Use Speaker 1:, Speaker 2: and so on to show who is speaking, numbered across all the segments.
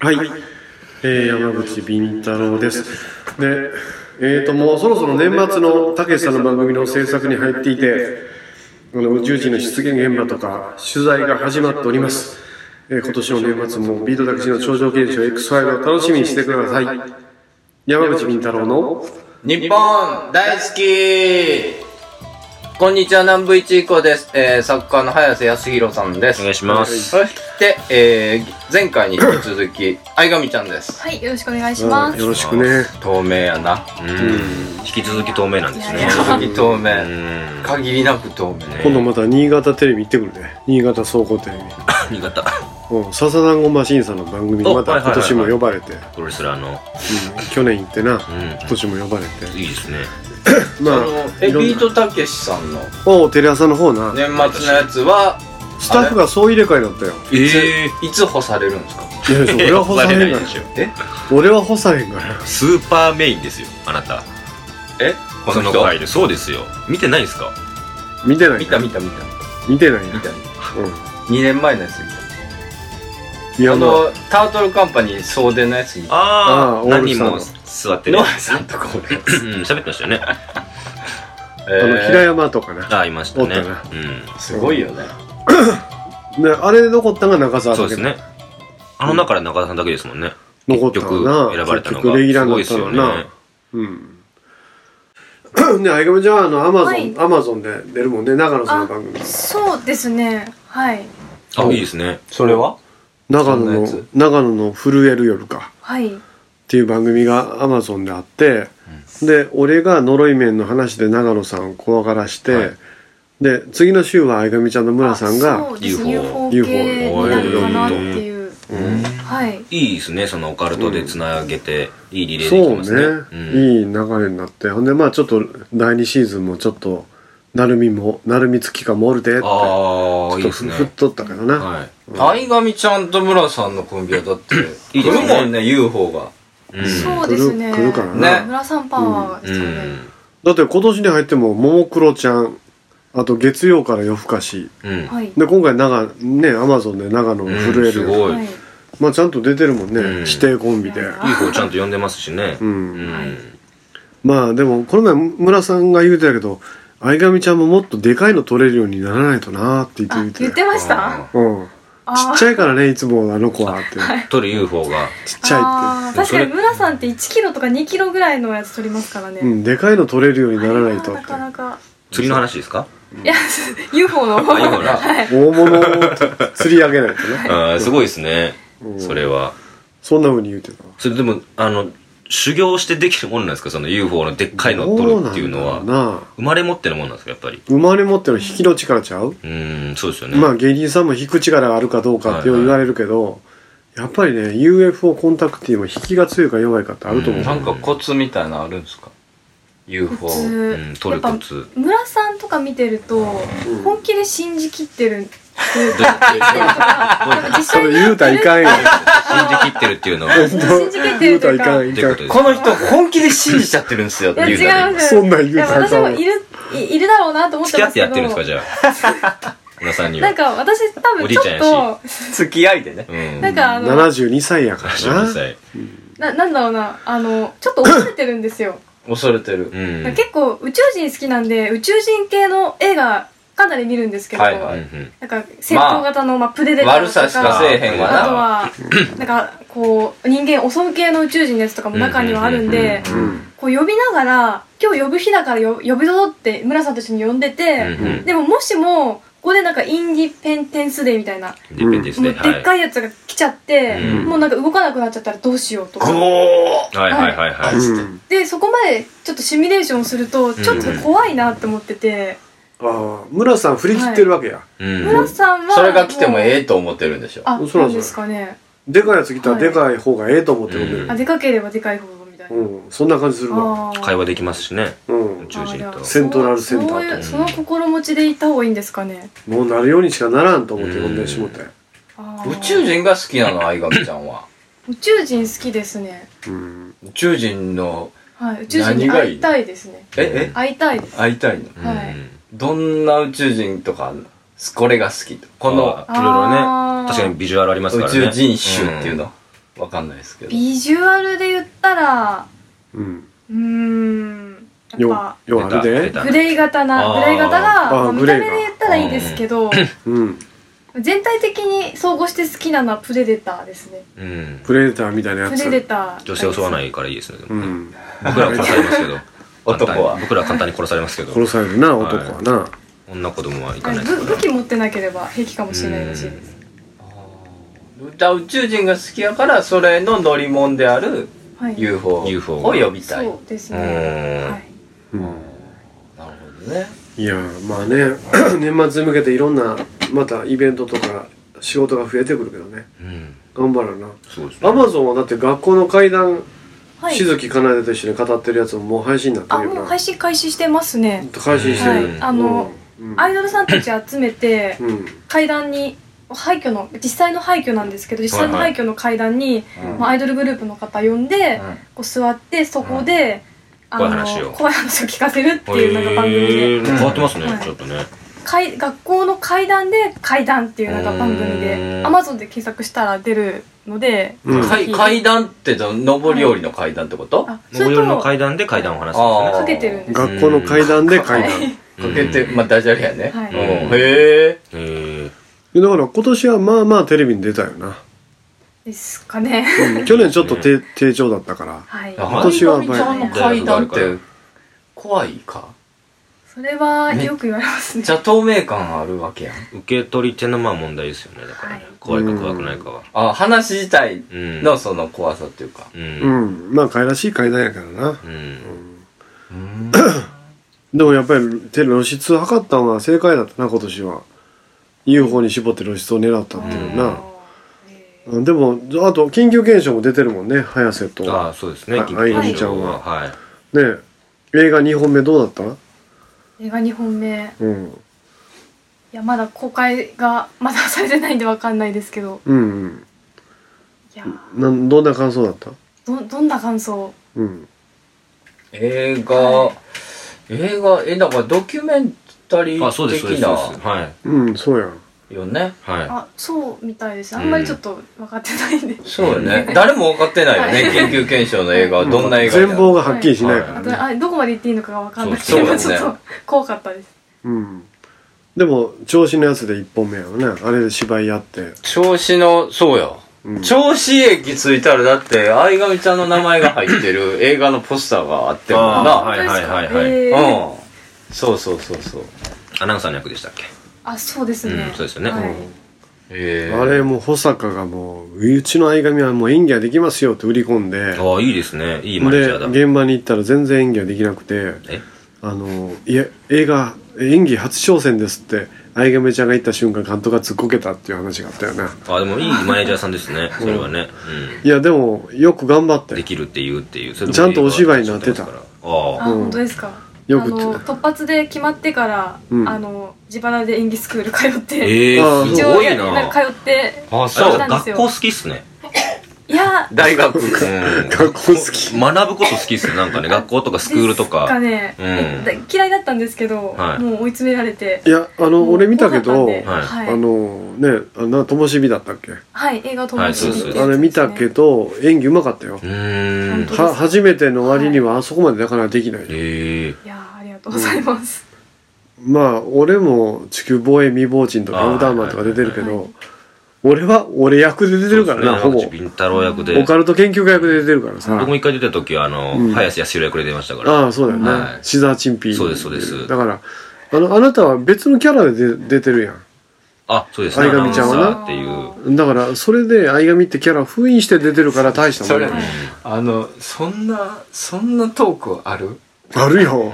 Speaker 1: はい、えー、山口敏太郎です。で、えー、ともうそろそろ年末のたけしさんの番組の制作に入っていて、あの宇宙人の出現現場とか取材が始まっております。えー今年の年末もビートたけしの超常現象 X5 を楽しみにしてください。山口敏太郎の
Speaker 2: 日本大好きこんにちは、南部一子です。えー、作家の早瀬康弘さんです。
Speaker 3: お願いします。
Speaker 2: そして、えー、前回に引き続き、相上ちゃんです。
Speaker 4: はい、よろしくお願いします。
Speaker 1: よろしくね。
Speaker 2: 透明やな。
Speaker 3: うん。引き続き透明なんです
Speaker 4: いや
Speaker 3: ね
Speaker 4: い。
Speaker 2: 続き透
Speaker 3: う
Speaker 2: 明。
Speaker 3: ん。
Speaker 2: 限りなく透明。
Speaker 1: 今度また新潟テレビ行ってくるね。新潟総合テレビ。
Speaker 3: 新潟。
Speaker 1: うん、笹団子マシンさんの番組にまた
Speaker 3: おはいはい
Speaker 1: 今
Speaker 3: はいは
Speaker 1: 年も呼
Speaker 3: い
Speaker 1: ばれて、
Speaker 3: プロレスラーの。
Speaker 1: うん去年行ってな、今
Speaker 3: う
Speaker 1: 年も呼ばれて。
Speaker 3: ん。いいですね。
Speaker 1: ま
Speaker 2: あ
Speaker 1: あ
Speaker 2: の、え、
Speaker 1: いろんな
Speaker 2: ビートたけしさんの
Speaker 1: おテレ朝の方な、
Speaker 2: 年末のやつは、
Speaker 1: スタッフが総入れ替えだったよ
Speaker 2: いつ、
Speaker 3: ええ
Speaker 2: いつ干されるんですか
Speaker 1: いやいや俺は干されへんか
Speaker 3: でしょ。
Speaker 1: ら俺は干されへんから
Speaker 3: スーパーメインですよ、あなた。
Speaker 2: え
Speaker 3: この
Speaker 2: この
Speaker 3: 回で。そうですよ。見てないですか
Speaker 1: 見てない
Speaker 2: 見た見た見た。
Speaker 1: 見てないや
Speaker 2: 見た。
Speaker 1: う
Speaker 2: 2年前のやつ見た。
Speaker 1: んいや
Speaker 2: あ
Speaker 1: もう
Speaker 2: の、タートルカンパニー送電のやつに。
Speaker 3: あ
Speaker 1: あー
Speaker 3: あ、
Speaker 1: オールス
Speaker 3: 何人
Speaker 1: ターの
Speaker 3: も座ってね
Speaker 2: ノ。アさんとか俺。
Speaker 3: うん、喋ってましたよね。
Speaker 1: あの平
Speaker 2: え
Speaker 1: 山とかな
Speaker 3: ああ、いましたね。
Speaker 1: おった
Speaker 2: ーすごいよね。
Speaker 1: ねあれで残ったのが中
Speaker 3: うん。
Speaker 1: 澤
Speaker 3: そう
Speaker 1: だ
Speaker 3: で
Speaker 1: け
Speaker 3: す
Speaker 1: ど、
Speaker 3: ね。あの中で中田さんだけですもんね。
Speaker 1: 残ったのな
Speaker 3: 結局選ばれた
Speaker 1: 結
Speaker 3: のが。
Speaker 1: 局レギュラー
Speaker 3: す
Speaker 1: に
Speaker 3: ご
Speaker 1: ないっ
Speaker 3: で
Speaker 1: たの
Speaker 3: すよ
Speaker 1: な
Speaker 3: ね。
Speaker 1: うんね相上ちゃんはあのアマゾ
Speaker 4: はい
Speaker 1: ンアマゾンで出るもんね長野さんの番組
Speaker 4: そうですね。はい。
Speaker 3: あ、いいですね。
Speaker 2: それは
Speaker 1: 長
Speaker 2: そん
Speaker 1: 野
Speaker 2: なや
Speaker 1: の
Speaker 2: つ
Speaker 1: 長野の震える夜か
Speaker 4: はい。
Speaker 1: っていう番組がアマゾンであって、で俺が呪い面の話で長野さんを怖がらして、
Speaker 3: はい
Speaker 1: で次の週は相上ちゃんの村さん
Speaker 4: あ
Speaker 1: が
Speaker 4: そうですね
Speaker 3: UFO
Speaker 4: UFO 系になるかなっていう。
Speaker 1: うん
Speaker 4: はい。
Speaker 3: いいですね、そのオカルトでつなげて、いいリレーでき
Speaker 1: そ
Speaker 3: て
Speaker 1: う
Speaker 3: ますね。
Speaker 1: ね、
Speaker 3: ん、
Speaker 1: いい流れになってほんでまあちょっと第2シーズンもちょっとなるみもなるみつきかもおるでってちょ
Speaker 3: ああ、
Speaker 1: っ
Speaker 3: いい
Speaker 1: と
Speaker 3: です
Speaker 1: ふ
Speaker 3: ね。
Speaker 1: ふっとったからな、
Speaker 3: は
Speaker 2: 相上ちゃんと村さんのコンビはだって、
Speaker 3: いいです
Speaker 2: 来
Speaker 3: ね
Speaker 2: るもんね、UFO が。
Speaker 3: い。うん。
Speaker 4: そうですね。
Speaker 1: 来る来るから
Speaker 2: な
Speaker 4: 村さんパワーです
Speaker 3: う
Speaker 4: かね。
Speaker 3: ん。
Speaker 1: だって今年に入ってもももクロちゃんあと月曜から夜更かし
Speaker 3: うん。
Speaker 4: はい。
Speaker 1: で今回長ねアマゾンで長野を震える、
Speaker 3: うんすごい
Speaker 4: はい。
Speaker 1: まあちゃんと出てるもんね、
Speaker 3: うん
Speaker 1: 指定コンビで
Speaker 4: は
Speaker 3: UFO ちゃんと呼んでますしね。
Speaker 1: うん
Speaker 3: うん。
Speaker 4: はい
Speaker 1: まあでもこの前村さんが言うてたけど相上ちゃんももっとでかいの取れるようにならないとなーって言
Speaker 4: あ
Speaker 1: って言
Speaker 4: 言っ
Speaker 1: って
Speaker 4: てました。
Speaker 1: うん、ち
Speaker 4: あ
Speaker 1: っちゃいからねいつもあの子はって、
Speaker 3: 取る UFO が。
Speaker 1: ちっちゃ
Speaker 4: あー確かに村さんって1キロとか2キロぐらいのやつ取りますからね、
Speaker 1: いって、うん、でかいの取れるようにならないとって
Speaker 4: なかなか
Speaker 3: 釣りの話ですか
Speaker 4: UFO の
Speaker 3: あ、UFO な。
Speaker 1: 大物を釣り上げないとね、
Speaker 3: あーすごいですね
Speaker 1: う。ん
Speaker 3: それは。
Speaker 1: そんな風に言うてたわ
Speaker 3: それでも、あの、修行してできるもんなんですかその UFO のでっかいのを取るっていうの
Speaker 1: ど
Speaker 3: は
Speaker 1: うなん。だろうな
Speaker 3: 生まれ持ってのもんなんですかやっぱり。
Speaker 1: 生まれ持っての引きの力ちゃう、
Speaker 3: うーん、そうですよね。
Speaker 1: まあ芸人さんも引く力があるかどうかってよう言われるけど、やっぱりね UFO コンタクティーも引きが強いか弱いかってあると思う、
Speaker 3: うん
Speaker 2: なんかコツみたいなのあるんですか ?UFO。
Speaker 4: 普
Speaker 2: へ
Speaker 4: 通、
Speaker 3: うん、取るコツ。
Speaker 4: 村さんとか見てると本気で信じきってるっていう
Speaker 3: どうや
Speaker 4: か
Speaker 3: ってどうやって
Speaker 4: 実
Speaker 1: そ
Speaker 4: 際
Speaker 1: れ
Speaker 4: に
Speaker 1: 言うたらいかんよ
Speaker 3: 信じ切ってるっていうのは。っ
Speaker 4: 信じきって
Speaker 1: 言
Speaker 4: る
Speaker 1: う
Speaker 4: と
Speaker 1: たら
Speaker 4: い
Speaker 1: いう
Speaker 4: か
Speaker 1: かんいか
Speaker 3: てこ
Speaker 4: い
Speaker 1: ん
Speaker 3: とです
Speaker 2: この人本気で信じちゃってるんですよって
Speaker 4: や
Speaker 2: 言う
Speaker 4: 違うん
Speaker 2: だ
Speaker 4: で
Speaker 3: ね
Speaker 4: す
Speaker 1: そんなん言う
Speaker 4: いや
Speaker 1: たらいか
Speaker 4: 私
Speaker 1: ん
Speaker 4: も
Speaker 1: わ
Speaker 4: いるいいるだろうなと思っ
Speaker 3: 付
Speaker 4: て
Speaker 3: き合
Speaker 4: ま
Speaker 3: っ
Speaker 4: す
Speaker 3: て
Speaker 4: け
Speaker 3: や
Speaker 4: ど
Speaker 3: ってるんですかじゃ あ。皆さんに
Speaker 4: な
Speaker 3: は
Speaker 4: ん。か私多
Speaker 3: お
Speaker 4: 分
Speaker 3: じ
Speaker 4: ち
Speaker 3: いちゃんやし
Speaker 4: ょっ
Speaker 2: 付き合いでね
Speaker 3: う。ん
Speaker 4: となんかあの
Speaker 1: 72歳やから
Speaker 3: 12
Speaker 1: な
Speaker 3: 歳。
Speaker 4: ななんだろうなあのちょっと恐れてるんですよ
Speaker 2: 恐れてる。
Speaker 3: うん。
Speaker 4: 結構宇宙人好きなんで宇宙人系の映画かなり見るんですけど、
Speaker 2: はいは
Speaker 3: うん
Speaker 2: い
Speaker 3: うん
Speaker 4: なんか戦闘型の、まあ、プレデター
Speaker 2: 悪
Speaker 4: と
Speaker 2: さ
Speaker 4: か
Speaker 2: しかせえへんわ
Speaker 4: あと
Speaker 2: な。
Speaker 4: はなんかこう人間を襲う系の宇宙人のやつとかも中にはあるんで
Speaker 3: う
Speaker 1: うん
Speaker 4: こう呼びながら今日呼ぶ日だからよ呼び戻って村さんと一緒に呼んでて、
Speaker 3: うんうん
Speaker 4: でももしもここでなんかインディペンデンスデーみたいな
Speaker 3: リベンジです
Speaker 4: も
Speaker 3: ね。
Speaker 4: うでっかいやつが来ちゃって、
Speaker 3: うん
Speaker 4: もうなんか動かなくなっちゃったらどうしようとか。
Speaker 3: はいはいはいはい。
Speaker 1: うん
Speaker 4: でそこまでちょっとシミュレーションするとちょっと怖いなって思ってて、
Speaker 1: ああ村さん振り切ってるわけや、
Speaker 3: うん
Speaker 4: 村さんは
Speaker 2: それが来てもえ
Speaker 4: え
Speaker 2: えと思ってるんでしょ。
Speaker 4: あ
Speaker 1: そらそら
Speaker 4: そうですかね
Speaker 1: でかいやつ来たらでかい方がええと思ってる
Speaker 3: うん
Speaker 4: あでかければでかいほどみたいな、
Speaker 1: うん、そんな感じするわ
Speaker 4: あー
Speaker 3: 会話できますしね。
Speaker 1: うん
Speaker 3: 中心と
Speaker 4: あー
Speaker 1: セントラルセンターと
Speaker 4: そういうその心持ちでいた方がいいんですかね
Speaker 1: もうなるようにしかならんと思って呼んでしもて
Speaker 4: あー
Speaker 2: 宇宙人が好きなの、相上ちゃんは。
Speaker 4: 宇宙人好きですね
Speaker 1: うん
Speaker 2: 宇宙人の、
Speaker 4: はい宇宙人
Speaker 2: 何
Speaker 4: に
Speaker 2: が
Speaker 4: 会
Speaker 2: いい
Speaker 4: いたいですね
Speaker 2: え、え
Speaker 4: 会いたいです
Speaker 2: 会いたいの
Speaker 3: う
Speaker 4: はい
Speaker 3: ん
Speaker 2: どんな宇宙人とかあんのこれが好きとこの
Speaker 3: あーいろいろ
Speaker 4: あ
Speaker 3: ね。
Speaker 4: ー
Speaker 3: 確かにビジュアルありますから
Speaker 2: 宇
Speaker 3: ね。
Speaker 2: 宙人種っていうの、わかんないですけど。
Speaker 4: ビジュアルで言ったら
Speaker 1: うん。
Speaker 4: うーんやっ
Speaker 1: よ
Speaker 4: ぱ、
Speaker 1: よ、あれ
Speaker 3: 出
Speaker 1: で。
Speaker 3: た
Speaker 4: グレー型な
Speaker 3: あー
Speaker 4: グレー型が
Speaker 1: あー
Speaker 4: まあ見
Speaker 1: グ
Speaker 4: た
Speaker 1: レー
Speaker 4: 目
Speaker 1: が
Speaker 4: で言ったらいいですけど
Speaker 1: うん。
Speaker 4: 全体的に総合して好きなのはプレデターですね
Speaker 3: うん。
Speaker 1: プレデターみたいなや
Speaker 4: プ
Speaker 1: つ。
Speaker 4: レデター
Speaker 3: 女性を襲わないいからいいですね。で
Speaker 1: う
Speaker 3: もね
Speaker 1: ん。
Speaker 3: 僕らは殺されますけど。
Speaker 2: 男は
Speaker 3: 簡単に僕らは簡単に殺されますけど。
Speaker 1: 殺されるな、男はな。
Speaker 3: 女子供はいかないです
Speaker 4: 武
Speaker 3: から
Speaker 4: 武器持ってなければ平気かもしれないらしいです
Speaker 2: だ宇宙人が好きやから、それの乗り物である
Speaker 4: はい
Speaker 2: UFO を
Speaker 3: UFO
Speaker 2: 呼びたい。
Speaker 4: そうですね
Speaker 3: うん
Speaker 4: はい
Speaker 1: うん。
Speaker 2: なるほどね。
Speaker 1: いやまあね 年末に向けていろんなまたイベントとか仕事が増えてくるけどね
Speaker 3: うん。
Speaker 1: 頑張るな
Speaker 3: そうですね。
Speaker 1: アマゾンはだって学校の階段、
Speaker 4: はい
Speaker 1: しずきかなでと一緒に語ってるやつももう配信にな
Speaker 4: あ
Speaker 1: ってる
Speaker 4: も
Speaker 1: よ
Speaker 4: う
Speaker 1: な
Speaker 4: 配信開始してますね
Speaker 1: 配信してる、
Speaker 3: はい
Speaker 4: あの
Speaker 1: うん、うん
Speaker 4: アイドルさんたち集めて
Speaker 1: うん
Speaker 4: 階段に廃墟の実際の廃墟なんですけど実際の
Speaker 3: はい
Speaker 4: 廃墟の階段に、
Speaker 1: うん
Speaker 4: まあ、アイドルグループの方呼んで、こう座ってそこで、あの
Speaker 3: 怖い話を
Speaker 4: 怖い話を聞かせるって
Speaker 3: へ
Speaker 4: いうなんか番組で
Speaker 3: ー変わってます
Speaker 4: は
Speaker 3: ね
Speaker 4: い、
Speaker 3: ちょっとね。
Speaker 4: 階学校の階段で階段っていうなんか番組
Speaker 3: う
Speaker 4: で
Speaker 3: ん
Speaker 4: Amazon で検索したら出るので、
Speaker 1: うん
Speaker 4: ぜ
Speaker 2: 階
Speaker 4: ひ
Speaker 2: 階段ってど、上り下りの階段ってこと、
Speaker 4: あそ
Speaker 3: 上
Speaker 4: れ
Speaker 3: りの
Speaker 4: と
Speaker 3: 階段で階段を話すんです
Speaker 2: あ
Speaker 3: よ
Speaker 4: か
Speaker 3: ね。
Speaker 4: けてるんです
Speaker 1: 学校の階段で階段、
Speaker 2: かけて、まあ、ダジャレやね。
Speaker 4: はい
Speaker 2: うんへえ。
Speaker 3: へー
Speaker 1: だから今年はまあまあテレビに出たよな、
Speaker 4: ですかね
Speaker 1: うん去年ちょっと低低調だったから
Speaker 4: はい
Speaker 1: 今年は
Speaker 2: あゆみちゃんの階段って、怖いか。
Speaker 4: それはよく言われますね
Speaker 2: じゃあ透明感あるわけやん。
Speaker 3: 受け取り手のまあ問題ですよね。だからね
Speaker 4: はい。
Speaker 3: 怖いか怖くないかは。
Speaker 2: あ、話自体
Speaker 3: うん。
Speaker 2: のその怖さっていうか。
Speaker 3: う。
Speaker 1: うんんまあ階らしい階段やからな
Speaker 3: うん。
Speaker 2: うん。
Speaker 1: でもやっぱり手露出を測ったのは正解だったな今年は UFO に絞って露出を狙ったっていうな、
Speaker 4: えー
Speaker 1: うんでもあと緊急検証も出てるもんね早瀬と
Speaker 3: ああ、そうですね。
Speaker 1: あ
Speaker 3: 緊
Speaker 1: あゆ
Speaker 3: 急
Speaker 4: み
Speaker 1: ちゃんは
Speaker 3: はい。
Speaker 1: ねえ映画2本目どうだった
Speaker 4: 映画2本目
Speaker 1: うん
Speaker 4: いやまだ公開がまだされてないんでわかんないですけど
Speaker 1: うん
Speaker 4: いや
Speaker 1: うんなんどんな感想だった
Speaker 4: どどんな感想
Speaker 1: うん
Speaker 2: 映画、映画、え、だからドキュメンタリ
Speaker 3: あ、そうです、そう
Speaker 2: ー
Speaker 3: で
Speaker 2: 的
Speaker 3: す。そうです
Speaker 2: な
Speaker 3: はい。
Speaker 1: うんそうやん
Speaker 2: よね。
Speaker 3: は
Speaker 4: あそうみたいですあんまりちょっと分かってないんで、
Speaker 2: そうよね。誰も分かってないよね。緊急検証の映画はどんな映画
Speaker 1: 全
Speaker 2: や
Speaker 1: 貌がはっきりしないか
Speaker 4: あ
Speaker 1: らね、
Speaker 4: とあどこまで言っていいのかが分かんないけ
Speaker 2: そう
Speaker 4: ど、
Speaker 2: そう
Speaker 4: ちょっ
Speaker 2: だよ
Speaker 4: と怖かったです
Speaker 1: うんでも調子のやつで1本目やろねあれで芝居やって、
Speaker 2: 調子の、そうよ。
Speaker 1: うん、
Speaker 2: 調子駅着いたらだって、相上ちゃんの名前が入ってる映画のポスターがあってもんな。
Speaker 3: あーはいはいはいはい
Speaker 4: えー
Speaker 2: うん。そうそうそうそう。
Speaker 3: い。アナウンサーの役でしたっけ
Speaker 4: あそうですね、
Speaker 3: うんそうですよね
Speaker 4: はい
Speaker 2: え
Speaker 1: あれもう保坂がもううちの相上はもう演技はできますよって売り込んで
Speaker 3: ああ、いいですね。いいマネージャーだ。
Speaker 1: で現場に行ったら全然演技ができなくて
Speaker 3: え
Speaker 1: あのいや映画演技初挑戦ですって相上ちゃんが言った瞬間監督が突っこけたっていう話があったよな
Speaker 3: あでもいいマネージャーさんですね。それはね。
Speaker 1: いやでもよく頑張っ
Speaker 3: うん。
Speaker 1: て
Speaker 3: できるっていうっていう。それも
Speaker 1: ちゃんとお芝居になってた
Speaker 3: 映画はち
Speaker 4: あ
Speaker 3: ょっとありますからああ。
Speaker 4: 本当ですか
Speaker 1: よ
Speaker 4: あ
Speaker 1: く
Speaker 4: の突発で決まってから、
Speaker 1: うん
Speaker 4: あの自腹で演技スクール通って、
Speaker 3: ええ
Speaker 1: あー
Speaker 3: す
Speaker 4: 一応
Speaker 3: ごい
Speaker 4: ん
Speaker 3: な。
Speaker 4: か通って
Speaker 3: あ、
Speaker 4: そう
Speaker 3: そう。
Speaker 4: なんで
Speaker 3: 学
Speaker 4: すよ
Speaker 3: 校好きっ すね。
Speaker 4: いや
Speaker 2: 大学。
Speaker 3: うん。
Speaker 1: 学校好き
Speaker 3: 学ぶこと好きっすね。なんかね、学校とかスクールと
Speaker 4: ですか
Speaker 3: か。
Speaker 4: ね、
Speaker 3: うん
Speaker 4: えだ嫌いだったんですけど、
Speaker 3: はい
Speaker 4: もう追い詰められて
Speaker 1: いやあの
Speaker 4: もう
Speaker 1: 俺見たけど、
Speaker 4: 怖かったんで
Speaker 1: あ
Speaker 4: はい
Speaker 1: のねあなともしびだったっけ
Speaker 4: はい、映画を友達
Speaker 3: そう
Speaker 4: に
Speaker 3: そう
Speaker 4: 行って
Speaker 1: あれ見たけど演技うまかったよ
Speaker 3: うーん
Speaker 4: 本。当
Speaker 1: は初めての割にはあそこまでなかなかできない、
Speaker 3: ええ。
Speaker 4: いやーありがとうございます、
Speaker 1: まあ俺も地球防衛未亡人とかウルダーマンとか出てるけ
Speaker 4: あーはいは
Speaker 1: ど俺は俺役で出てるからな、ほ
Speaker 3: そうで
Speaker 1: ぼ
Speaker 3: すね山口敏太郎役
Speaker 1: オ
Speaker 3: で。
Speaker 1: カルト研究家役で出てるからさ
Speaker 3: 僕も一回出た時は、あ
Speaker 1: うん
Speaker 3: の、林康弘役で出ましたから。
Speaker 1: ああそうだよね、
Speaker 3: はい
Speaker 1: シザーチンピー
Speaker 3: そうですそうです
Speaker 1: だからあのあなたは別のキャラで出出てるや
Speaker 3: あ、そうですね。
Speaker 1: 相上ちゃんはな
Speaker 3: アナウンサーっていう。
Speaker 1: んだからそれで相上ってキャラを封印して出てるから大したも
Speaker 2: そ
Speaker 1: ん
Speaker 2: れ
Speaker 1: よ、
Speaker 4: はい
Speaker 2: あの、そんな、そんなトークある
Speaker 1: あるよ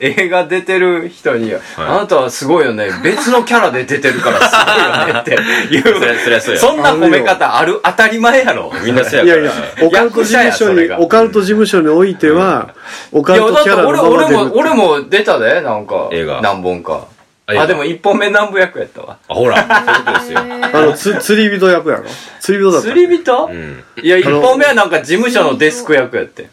Speaker 2: 映画出てる人に、あなたはすごいよね。別のキャラで出てるからすごいよ ねって言
Speaker 3: そりゃそりゃそう
Speaker 2: う。
Speaker 3: や
Speaker 2: そんな褒め方ある当たり前やろ。
Speaker 3: みんなせや
Speaker 1: い
Speaker 3: か
Speaker 1: や
Speaker 3: ら。
Speaker 1: いやオカルト事務所
Speaker 2: 役者やそれ
Speaker 1: に
Speaker 2: が
Speaker 1: オカルト事務所においては、オカ
Speaker 2: い
Speaker 1: ル
Speaker 2: や、だ
Speaker 1: ト
Speaker 2: っ
Speaker 1: キャ
Speaker 2: て
Speaker 1: ラ
Speaker 2: 俺、
Speaker 1: のまま
Speaker 2: 俺
Speaker 1: 出
Speaker 2: も、
Speaker 1: る
Speaker 2: 俺も出たで、なんか。
Speaker 3: 映画
Speaker 2: 何本か。
Speaker 3: あ映画
Speaker 2: あ、でも一本目何本役やったわ。
Speaker 3: あ、ほら。そういうことですよ。
Speaker 4: え
Speaker 1: あ
Speaker 4: ー
Speaker 1: のつ釣り人役やろ釣り人だった
Speaker 2: 釣り人
Speaker 3: うん。
Speaker 2: いや、一
Speaker 1: あの
Speaker 2: 本目はなんか事務所のデスク役やって。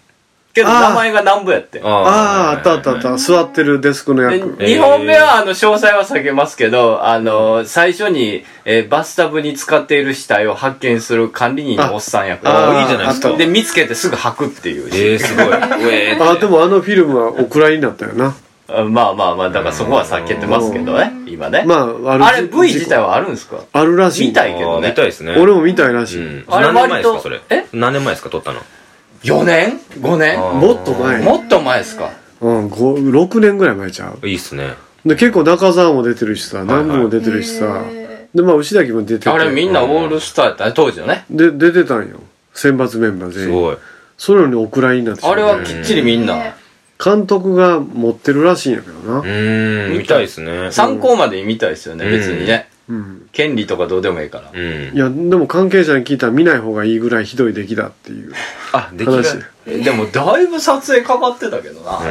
Speaker 2: けど
Speaker 1: あー
Speaker 2: 名前がなんぼやって。
Speaker 1: ああ、あったあったあった。座ってるデスクの
Speaker 2: で
Speaker 1: 役。
Speaker 2: 2本目は、あの、詳細は避けますけど、あの、最初に、えーバスタブに使っている死体を発見する管理人のおっさん役。
Speaker 1: あ
Speaker 3: あいいじゃないですか
Speaker 1: あった
Speaker 2: で、見つけてすぐ吐くっていうシーン。
Speaker 3: えー、すごい。 え
Speaker 1: あ、でもあのフィルムはお蔵入りになったよな。
Speaker 2: あまあまあまあ、だからそこは避けてますけどね、今ね。
Speaker 1: まあ、あ
Speaker 2: あ、れ V 自体
Speaker 1: は
Speaker 2: はあるんですか
Speaker 1: あるらしい。
Speaker 2: 見たい
Speaker 3: ー、あー見たいですね。
Speaker 1: 俺も見たいらし
Speaker 3: う
Speaker 1: い。
Speaker 3: ん。
Speaker 2: あれ
Speaker 3: 何年前で
Speaker 2: 割
Speaker 3: す
Speaker 2: と
Speaker 3: か、それ。
Speaker 2: え
Speaker 3: 何年前ですか、撮ったの。
Speaker 2: ?4 年 ?5 年
Speaker 1: もっと前。
Speaker 2: もっと前ですか
Speaker 1: うん、五6年ぐらい前ちゃう。
Speaker 3: いいっすね。
Speaker 1: で、結構中澤も出てるしさ、
Speaker 3: はい
Speaker 1: 南部も出てるしさ。で、まあ、牛崎も出てて。
Speaker 2: あれみんなオールスターやったね、当時のね。
Speaker 1: で、出てたんよ。選抜メンバー
Speaker 3: す
Speaker 1: 全員。
Speaker 3: ごい。
Speaker 1: それなのにお蔵入りになってしま
Speaker 2: あ
Speaker 1: う
Speaker 2: れ
Speaker 1: ね
Speaker 2: はきっちりみんな。
Speaker 1: 監督が持ってるらしいんやけど
Speaker 3: う
Speaker 1: な。
Speaker 3: ーん、見たいですね。
Speaker 2: 参考までに見たいですよね、別にね。
Speaker 1: うん。
Speaker 2: 権利とかどうでもいいから。
Speaker 3: うん
Speaker 1: い。や、でも関係者に聞いたら見ない方がいいぐらいひどい出来だっていう
Speaker 3: あ、できる。
Speaker 1: 話。
Speaker 2: えでもだいぶ撮影かかってたけどな。
Speaker 3: う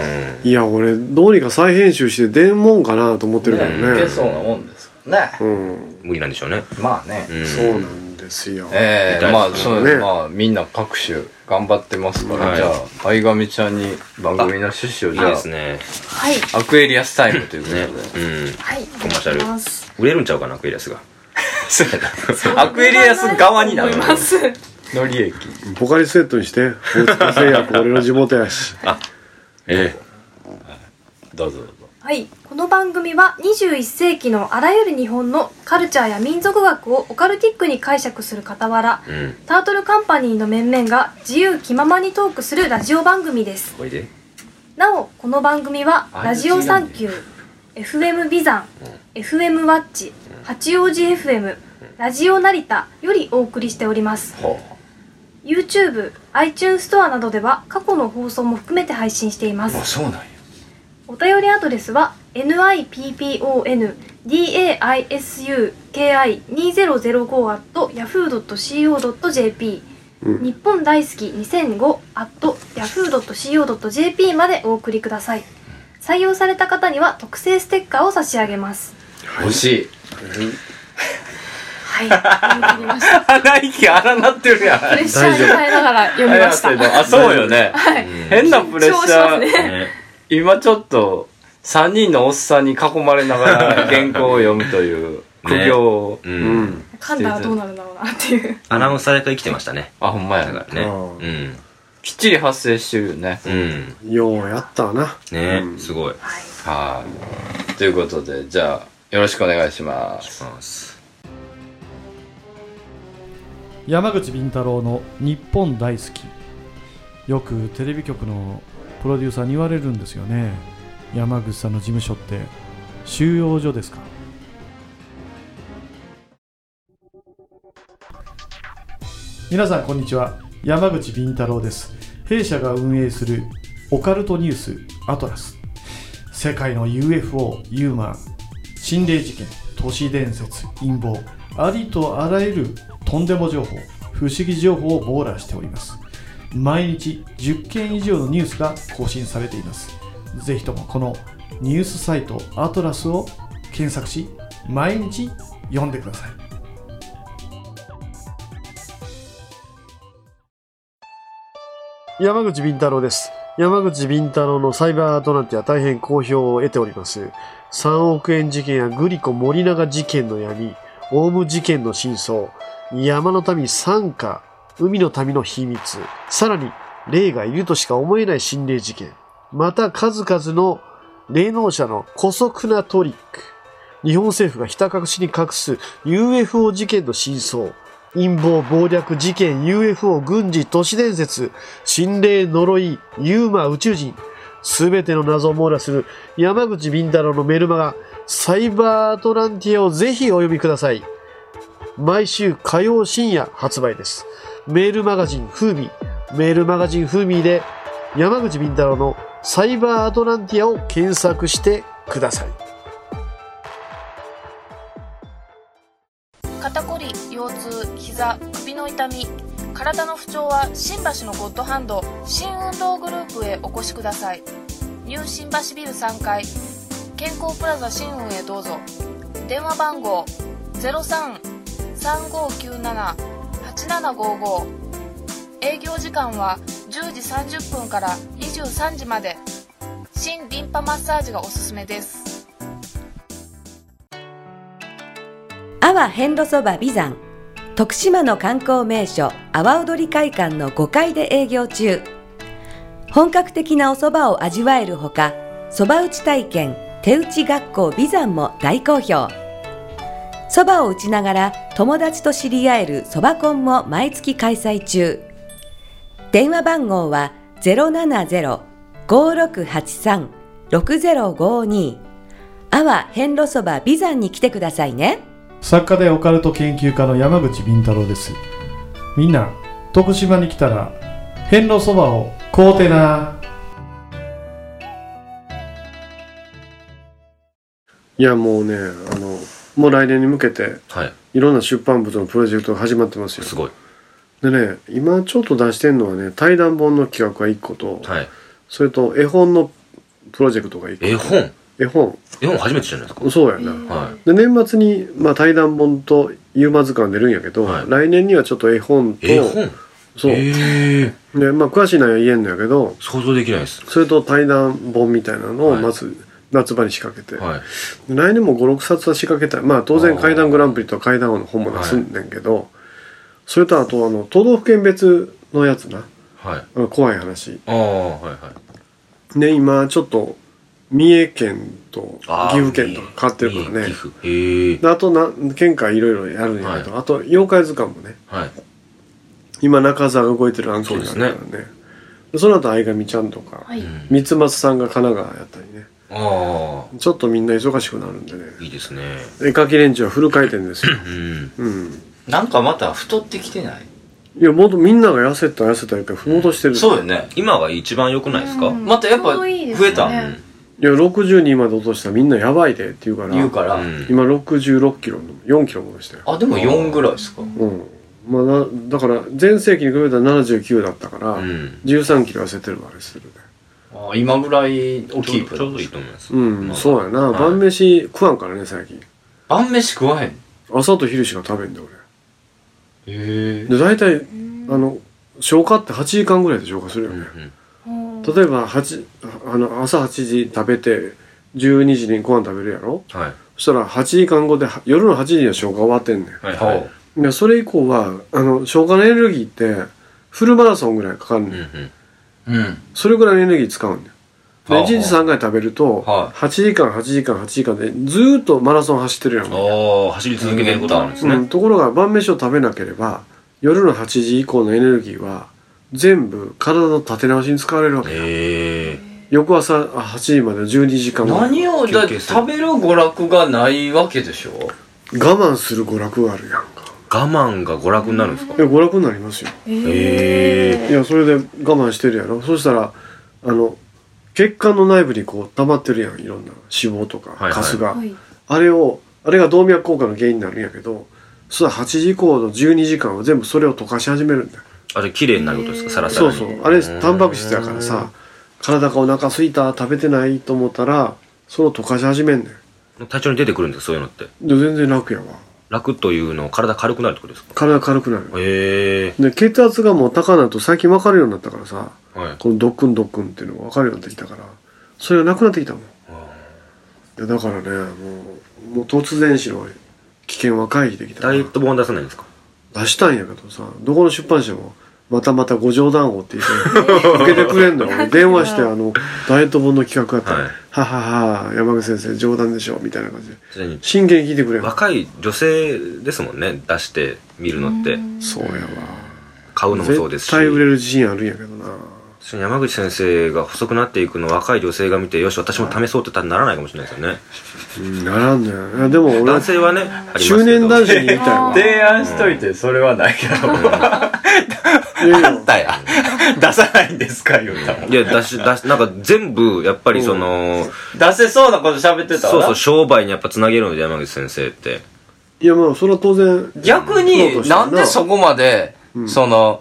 Speaker 3: ん
Speaker 1: いや、俺、どうにか再編集して出んもんかなと思ってるけど
Speaker 2: ねいけ
Speaker 1: ね。
Speaker 2: そうなもんですよね。
Speaker 1: うん。
Speaker 3: 無理なんでしょうね。
Speaker 2: まあね。
Speaker 3: うん
Speaker 1: そうなんですよ。
Speaker 2: ええ
Speaker 3: 痛い
Speaker 2: まあ、
Speaker 3: ですね
Speaker 2: そう、
Speaker 1: ね
Speaker 2: まあ、みんな各種頑張ってますから、
Speaker 3: はい
Speaker 2: じゃあ、相上ちゃんに番組の趣旨を、
Speaker 3: い
Speaker 2: じ
Speaker 3: い
Speaker 2: ゃあ、
Speaker 3: ですね。
Speaker 4: はい
Speaker 2: アクエリアスタイムということで
Speaker 3: ね。。うん。
Speaker 4: はい
Speaker 3: コマーシャル
Speaker 4: お願いします
Speaker 3: 売れるんちゃうかな、クイリアス が。
Speaker 2: そうやな アクエリアス側にな る
Speaker 4: 思います
Speaker 2: のり駅。
Speaker 1: ポカリスエットにして、大塚製薬、俺の地元やし。
Speaker 3: え
Speaker 2: どうぞどうぞ。
Speaker 4: はい、この番組は21世紀のあらゆる日本のカルチャーや民族学をオカルティックに解釈する傍ら、
Speaker 3: え。うん。
Speaker 4: タートルカンパニーの面々が自由気ままにトークするラジオ番組です
Speaker 3: おいで。
Speaker 4: なおこの番組は
Speaker 2: あ
Speaker 4: ラジオサンキュー FM ビザン FM ワッチ八王子 FM ラジオ成田よりお送りしております
Speaker 2: ほ
Speaker 4: YouTube、iTunes ストアなどでは過去の放送も含めて配信していま
Speaker 2: う。
Speaker 4: す
Speaker 2: そうなんや。
Speaker 4: お便りアドレスは nippondisuki2005.yahoo.co.jp、日本大好き 2005.yahoo.co.jp までお送りください採用された方には特製ステッカーを差し上げます
Speaker 2: 欲しい。
Speaker 4: はい読み切りました
Speaker 2: 鼻息荒なって るやん。
Speaker 4: プレッシャーに耐えながら読みました
Speaker 2: 早瀬のあ、そうよね。変なプレッシャー。
Speaker 4: 緊張し
Speaker 3: ね
Speaker 2: 今ちょっと、3人のおっさんに囲まれながら原稿を読むと いう苦行を。
Speaker 3: う。
Speaker 1: うんん。
Speaker 4: 噛んだらどうなるんだろうなっていう
Speaker 3: アナウンサー役生きてましたね。
Speaker 2: あ、ほんまや
Speaker 3: だ
Speaker 2: な。
Speaker 3: からね。
Speaker 1: あ
Speaker 3: うん。
Speaker 2: きっちり発生してるよね。
Speaker 3: うん。
Speaker 1: ようやったわな。
Speaker 3: ね
Speaker 1: うん
Speaker 3: すごい。
Speaker 2: はい。ということで、じゃあ、よろしくお願いします。
Speaker 5: 山口敏太郎の日本大好きよくテレビ局のプロデューサーに言われるんですよね山口さんの事務所って収容所ですか皆さんこんにちは山口敏太郎です弊社が運営するオカルトニュースアトラス世界の UFO ユーマン心霊事件都市伝説陰謀ありとあらゆるとんでも情報不思議情報を網羅しております毎日10件以上のニュースが更新されていますぜひともこのニュースサイトアトラスを検索し毎日読んでください
Speaker 1: 山口敏太郎です。山口敏太郎のサイバーアトランティア大変好評を得ております。3億円事件やグリコ森永事件の闇、オウム事件の真相、山の民参加、海の民の秘密、さらに霊がいるとしか思えない心霊事件、また数々の霊能者の古速なトリック、日本政府がひた隠しに隠す UFO 事件の真相、陰謀、暴略、事件、UFO、軍事、都市伝説、心霊、呪い、ユーマ、宇宙人、すべての謎を網羅する山口敏太郎のメルマガ、サイバーアトランティアをぜひお読みください。毎週火曜深夜発売です。メールマガジンフーミー、メールマガジンフーミーで山口敏太郎のサイバーアトランティアを検索してください。
Speaker 6: 肩こり腰痛膝首の痛み体の不調は新橋のゴッドハンド新運動グループへお越しくださいニュー新橋ビル3階健康プラザ新運へどうぞ電話番号0335978755営業時間は10時30分から23時まで新リンパマッサージがおすすめです
Speaker 7: 阿波遍路そば美山徳島の観光名所阿波踊り会館の5階で営業中本格的なお蕎麦を味わえるほか蕎麦打ち体験手打ち学校美山も大好評蕎麦を打ちながら友達と知り合える蕎麦コンも毎月開催中電話番号は070-5683-6052阿波遍路そば美山に来てくださいね。
Speaker 5: 作家でオカルト研究家の山口敏太郎ですみんな徳島に来たら遍路そばを買うてない
Speaker 1: やもうねあのもう来年に向けて
Speaker 3: はい。
Speaker 1: いろんな出版物のプロジェクトが始まってますよ
Speaker 3: すごい。
Speaker 1: でね今ちょっと出してるのはね対談本の企画が1個と、
Speaker 3: はい。
Speaker 1: それと絵本のプロジェクトが1個
Speaker 3: 絵本
Speaker 1: 絵本
Speaker 3: 絵本初めてじゃないですか。
Speaker 1: そうやな、
Speaker 3: は
Speaker 1: で年末に、まあ、対談本とユーマ図鑑出るんやけど、
Speaker 3: はい
Speaker 1: 来年にはちょっと絵本と
Speaker 3: い。絵本
Speaker 1: そう、
Speaker 3: ええ。
Speaker 1: でまあ詳しい内容は言えんのやけど
Speaker 3: 想像できないです。
Speaker 1: それと対談本みたいなのをまず夏場に仕掛けて、
Speaker 3: はい。
Speaker 1: 来年も56冊は仕掛けたいまあ当然怪談グランプリと怪談王の本も出すんねんけど、それとあとあの都道府県別のやつな
Speaker 3: はい。
Speaker 1: あの怖い話
Speaker 3: ああ、はいはい。
Speaker 1: ね今ちょっと三重県と
Speaker 3: あ
Speaker 1: 岐
Speaker 3: ー
Speaker 1: 阜県とか買ってるからね
Speaker 3: いい岐阜。へえ。
Speaker 1: であと何県かいろいろやるんやけど、あと妖怪図鑑もね
Speaker 3: はい。
Speaker 1: 今中澤が動いてる案件があるからね
Speaker 3: そう
Speaker 1: でその後相上ちゃんとか、
Speaker 4: はい
Speaker 1: 三松さんが神奈川やったりね
Speaker 3: あ
Speaker 1: ちょっとみんな忙しくなるんでね
Speaker 3: あ、いいですね。
Speaker 1: 絵描き連中はフル回転ですよ
Speaker 3: うん。
Speaker 1: うん
Speaker 2: なんかまた太ってきてない
Speaker 1: いやもっとみんなが痩せた痩せた言うからふもとしてる、
Speaker 2: そうよ
Speaker 1: い
Speaker 2: ね。
Speaker 3: 今が一番良くないですか、
Speaker 4: うん
Speaker 2: またやっぱ
Speaker 4: ちょうどいいです
Speaker 2: 増えた
Speaker 4: ね
Speaker 1: や60人まで落としたらみんなやばいでって言うから
Speaker 2: 言うから。
Speaker 3: うん
Speaker 1: 今66キロの4キロ戻したよ
Speaker 2: あ、でも4ぐらいですか。
Speaker 1: うんまあなだから全盛期に比べたら79だったから、
Speaker 3: うん
Speaker 1: 13キロ痩せてるわけするね
Speaker 2: あ今ぐらいをキ
Speaker 3: ちょ
Speaker 2: ープ
Speaker 3: うどちょうどいいと思います。
Speaker 1: うん、
Speaker 3: まあ
Speaker 1: そうやな、
Speaker 3: はい
Speaker 1: 晩飯食わんからね最近
Speaker 2: 晩飯食わへんへ
Speaker 1: 朝と昼しか食べんで
Speaker 2: え
Speaker 1: 俺で大体あの消化って8時間ぐらいで消化するよ
Speaker 3: うん
Speaker 1: ね、
Speaker 3: うん
Speaker 4: うん
Speaker 1: 例えば8あの朝8時食べて12時にご飯食べるやろ
Speaker 3: はい。
Speaker 1: そしたら8時間後では夜の8時には消化終わってんね
Speaker 3: はいはい。
Speaker 1: んでそれ以降はあの消化のエネルギーってフルマラソンぐらいかかるねん、
Speaker 3: うんうん
Speaker 2: うん
Speaker 1: それぐらいのエネルギー使うんだよで
Speaker 2: はあ
Speaker 1: 1日3回食べると
Speaker 2: は
Speaker 1: 8時間8時間8時間でずーっとマラソン走ってるやん、
Speaker 3: ああ、走り続けてることがあるんですね。
Speaker 1: うん、ところが晩飯を食べなければ夜の8時以降のエネルギーは全部体の立て直しに使われるわけよ
Speaker 3: へえ。
Speaker 1: 翌朝あ8時までの12時間我
Speaker 2: 何をだっ
Speaker 3: 休憩
Speaker 2: て
Speaker 3: する
Speaker 2: 食べる娯楽がないわけでしょ
Speaker 1: 慢する娯楽があるやんか
Speaker 3: 我慢が娯楽になるんですか
Speaker 1: いや娯楽になりますよ
Speaker 3: へ
Speaker 1: いやそれで我慢してるやろそしたらあの血管の内部にこう溜まってるやんいろんな脂肪とか
Speaker 3: はいはい
Speaker 1: カスが、
Speaker 4: はい
Speaker 1: あれをあれが動脈硬化の原因になるんやけどそしたら8時以降の12時間は全部それを溶かし始めるんだよ
Speaker 3: あれ、綺麗になることですかサラサ
Speaker 1: そ
Speaker 3: ラ
Speaker 1: う
Speaker 3: に。
Speaker 1: そうあれタンパク質やからさ体がお腹すいた食べてないと思ったらそれを溶かし始めんねん
Speaker 3: 体調に出てくるんですかそういうのって。
Speaker 1: で全然楽やわ
Speaker 3: 楽というのは体軽くなるってことですか
Speaker 1: 体軽くなる
Speaker 3: へえ。
Speaker 1: で血圧がもう高なると最近分かるようになったからさ
Speaker 3: はい。
Speaker 1: このドックンドックンっていうのが分かるようになってきたからそれがなくなってきたもんいやだからねもうもう突然死の危険は回避できたか
Speaker 3: ダ
Speaker 1: ら
Speaker 3: イエット本は出さないんですか
Speaker 1: 出したんやけどさどこの出版社もまたまたご冗談をって言って 受けてくれんのよ電話してあのダイエット本の企画やったら
Speaker 3: はい
Speaker 1: 「ははは山口先生冗談でしょ」みたいな感じで
Speaker 3: ちなみに
Speaker 1: 真剣に聞いてくれん
Speaker 3: 若い女性ですもんね、出して見るのって。
Speaker 1: そうや
Speaker 3: 買う
Speaker 1: わ
Speaker 3: のもそうです
Speaker 1: 絶
Speaker 3: し。
Speaker 1: 対売れる自信あるんやけどな
Speaker 3: その山口先生が細くなっていくのを若い女性が見て、よし、私も試そうって言ったらならないかもしれないですよね。
Speaker 1: うんならんねんいやでも俺
Speaker 3: 男
Speaker 1: は
Speaker 3: 性はね、ありますけど
Speaker 1: 中年男子に言いたいわい
Speaker 2: 提案しといてそれはないけど
Speaker 1: やいや
Speaker 2: あったや 出さないんですか言うたら
Speaker 3: いや、だし、だし、なんか全部、やっぱりその、
Speaker 2: 出せそうなこと喋ってた
Speaker 3: そ
Speaker 2: わ
Speaker 3: う
Speaker 2: な
Speaker 3: そう、商売にやっぱつなげるので、山口先生って。
Speaker 1: いやまあそれは当然
Speaker 2: 逆
Speaker 1: そうと
Speaker 2: に
Speaker 1: したら
Speaker 2: なんでそこまで、その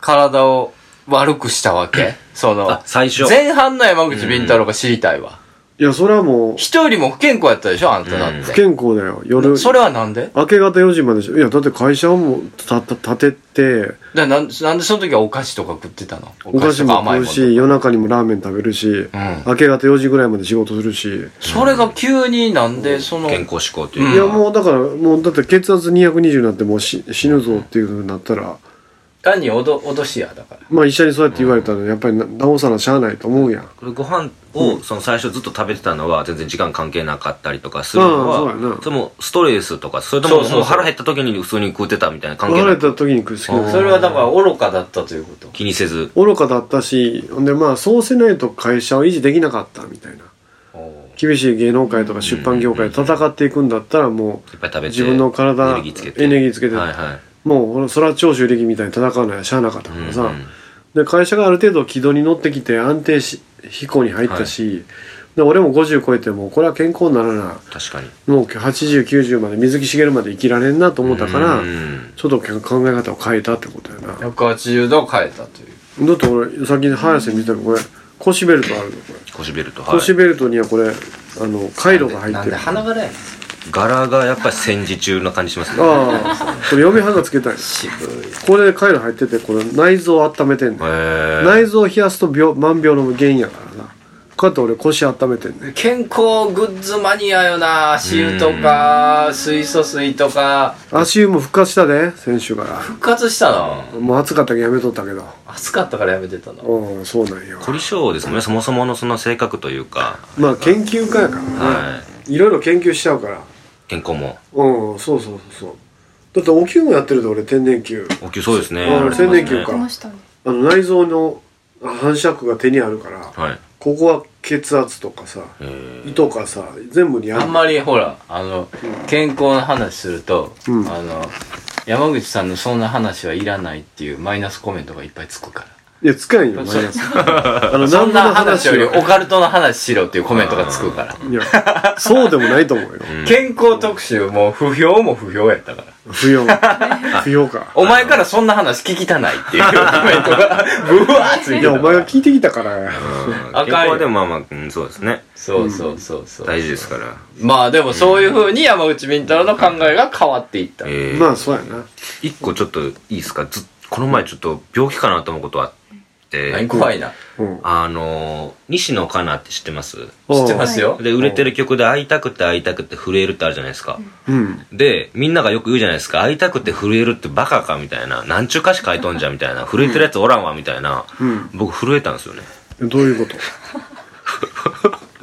Speaker 2: 体を悪くしたわけその
Speaker 3: あ最初
Speaker 2: 前半の山口敏太郎が知りたいわ、
Speaker 1: いいや、それはもう、
Speaker 2: 人よりも不健康やったでしょあんただっ
Speaker 1: 不
Speaker 2: て。
Speaker 1: 健康だよ。夜、
Speaker 2: それはなんで
Speaker 1: 明け方4時まででしょ。いや、だって会社もたた立てて、
Speaker 2: だなんなんでその時はお菓子とか食ってたの
Speaker 1: お菓子
Speaker 2: と
Speaker 1: も
Speaker 2: か甘
Speaker 1: 食
Speaker 2: いうも
Speaker 1: し、
Speaker 2: の。
Speaker 1: 夜中にもラーメン食べるし、
Speaker 2: ん
Speaker 1: 明け方4時ぐらいまで仕事するし。
Speaker 2: それが急になんでその、
Speaker 3: 健康志向という
Speaker 1: いや、もうだから、もうだって血圧220になってもう死死ぬぞっていうふうになったら、
Speaker 2: 単におど脅しやだから。
Speaker 1: まあ医者にそうやって言われたら、やっぱりな治さなしゃあないと思うやん。
Speaker 3: これご飯をその最初ずっと食べてたのは全然時間関係なかったりとかするの
Speaker 1: うんそうや
Speaker 3: は
Speaker 1: な
Speaker 3: それもストレスとかそれと
Speaker 2: そう
Speaker 3: も
Speaker 2: そうそう
Speaker 3: もう腹減った時に普通に食うてたみたいな関係
Speaker 1: 離
Speaker 3: な
Speaker 1: れ
Speaker 3: く
Speaker 1: た時に食う好きな
Speaker 2: それはだから愚かだったということ。
Speaker 3: 気にせず
Speaker 1: 愚かだったし、ほんでまあそうせないと会社を維持できなかったみたいな。厳しい芸能界とか出版業界で戦っていくんだったらも
Speaker 3: いっぱい
Speaker 1: う
Speaker 3: 食べて
Speaker 1: 自分の体
Speaker 3: エネルギーつけて
Speaker 1: エネルギーつけて
Speaker 3: はいは
Speaker 1: もうそれは長州力みたいに戦うのはしゃあなかったか
Speaker 3: い、
Speaker 1: ら
Speaker 3: う
Speaker 1: さ
Speaker 3: ん
Speaker 1: で会社がある程度軌道に乗ってきて安定し飛行に入ったしで俺も50超えてもうこれは健康にならな
Speaker 3: 確かに
Speaker 1: もう8090まで水木しげるまで生きられんなと思ったから
Speaker 3: うん
Speaker 1: ちょっと考え方を変えたってことやなだ
Speaker 2: 180度変えたという。
Speaker 1: って俺さっき早瀬見たけどこれ腰ベルトあるのこれ
Speaker 3: 腰ベルトはい
Speaker 1: 腰ベルトにはこれあの回路が入
Speaker 2: な
Speaker 1: っ
Speaker 2: ん
Speaker 1: て
Speaker 2: で
Speaker 1: る
Speaker 2: 花柄やねん。
Speaker 3: 柄がやっぱり戦時中な感じしますねへ
Speaker 1: ああ、これ嫁はがつけたい。
Speaker 2: 渋い。
Speaker 1: これで回路入ってて、これ内臓を温めてんねん
Speaker 3: え
Speaker 1: 内臓を冷やすと病万病の原因やからな。こうやって俺腰温めてんねん。
Speaker 2: 健康グッズマニアよな足湯とか水素水とか
Speaker 1: 足湯も復活したで、選手が。
Speaker 2: 復活したな
Speaker 1: もう暑かったけどやめとったけど。
Speaker 2: 暑かったからやめてたな
Speaker 1: うん、そうなんよ。
Speaker 3: 凝り性ですもんねそもそものその性格というか
Speaker 1: まあ研究家やからね。
Speaker 3: はい
Speaker 1: いろいろ研究しちゃうから。
Speaker 3: 健康も
Speaker 1: うん、そうそうそうそう。だってお灸もやってるで俺天然灸。
Speaker 3: お灸そうですね
Speaker 1: うん
Speaker 3: やられてますね
Speaker 1: 宣伝給
Speaker 4: 来
Speaker 1: か
Speaker 4: ましたね
Speaker 1: あの内臓の反射区が手にあるから、
Speaker 3: はい
Speaker 1: ここは血圧とかさ、
Speaker 3: へー
Speaker 1: 胃とかさ、全部に
Speaker 2: あんまりほらあの健康の話すると、
Speaker 1: うん
Speaker 2: あの山口さんのそんな話はいらないっていうマイナスコメントがいっぱいつくか
Speaker 1: いや、使えんよ、
Speaker 2: ら
Speaker 1: マ
Speaker 2: そ
Speaker 1: イナスあの、
Speaker 2: そんな
Speaker 1: 南部の
Speaker 2: 話より
Speaker 1: は
Speaker 2: オカルトの話しろっていうコメントがつくから
Speaker 1: いや、そうでもないと思うよ。
Speaker 2: 健康特集も不評も不評やったから
Speaker 1: 不要。不要 か。
Speaker 2: お前からそんな話聞きたないっていうコメントがぶわーついて
Speaker 1: い
Speaker 2: た
Speaker 1: や、お前が聞いてきたからや。
Speaker 3: うん
Speaker 2: 赤い
Speaker 3: 健康はでもまあまあ、うん、そうですね
Speaker 2: そうそうそうそう
Speaker 3: 大事ですから
Speaker 2: まあでもそういう風に山口み太郎の考えが変わっていった。
Speaker 3: えー
Speaker 1: まあ、そうやな。
Speaker 3: 一個ちょっといいですかずっこの前ちょっと病気かなと思うことあって
Speaker 2: 何怖いな。
Speaker 1: うん。
Speaker 3: あの西野カナって知ってます
Speaker 2: 知ってますよ。
Speaker 3: で売れてる曲で「会いたくて会いたくて震える」ってあるじゃないですか、
Speaker 1: うん。
Speaker 3: でみんながよく言うじゃないですか会いたくて震えるってバカかみたいななんちゅう歌詞書いとんじゃみたいな震えてるやつおらんわみたいな、
Speaker 1: うん
Speaker 3: 僕震えたんですよね
Speaker 1: どういうこと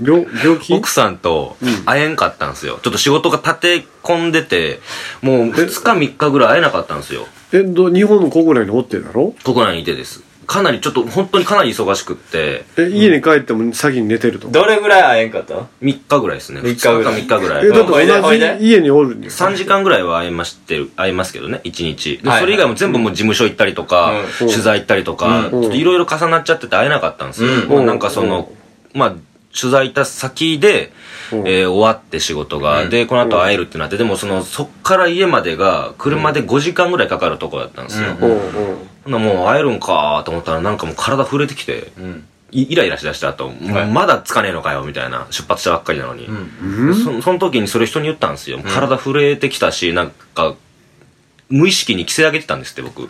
Speaker 1: 病、病気
Speaker 3: 奥さんと会えんかったんですよ、ちょっと仕事が立て込んでてもう2日3日ぐらい会えなかったんですよ
Speaker 1: え、ど、日本の国内におってだろ
Speaker 3: 国内にいてですかなりちょっと本当にかなり忙しくって
Speaker 1: え、家に帰っても先に寝てると。
Speaker 2: どれぐらい会えんかった
Speaker 3: 3日ぐらいですね
Speaker 2: 三日ぐらい
Speaker 3: 2か3日ぐらい
Speaker 1: え、だっ
Speaker 2: おいで
Speaker 1: て同
Speaker 2: おいで
Speaker 1: じ家におるんよ。
Speaker 3: 3時間ぐらいは会えましてる、会えますけどね、1日。で、
Speaker 2: はい
Speaker 3: それ以外も全部もう事務所行ったりとか、
Speaker 2: うん
Speaker 3: 取材行ったりとか、
Speaker 2: うん
Speaker 3: ちょっといろいろ重なっちゃってて会えなかったんですよ。
Speaker 2: うん
Speaker 3: まあなんかその、まあ、取材行った先で、
Speaker 1: うん
Speaker 3: えー終わって仕事が、
Speaker 2: うん
Speaker 3: で、この後会えるってなって、でもその、そっから家までが、車で5時間ぐらいかかるとこだったんですよ。
Speaker 1: うん
Speaker 3: ほ
Speaker 1: うんん。
Speaker 3: ならもう会えるんかと思ったら、なんかもう体震えてきて、
Speaker 2: うん。
Speaker 3: いイライラしだした後、もうまだつかねえのかよ、みたいな、出発したばっかりなのに。そその時にそれ人に言ったんですよ。体震えてきたし、なんか、無意識に着せ上げてたんですって、僕。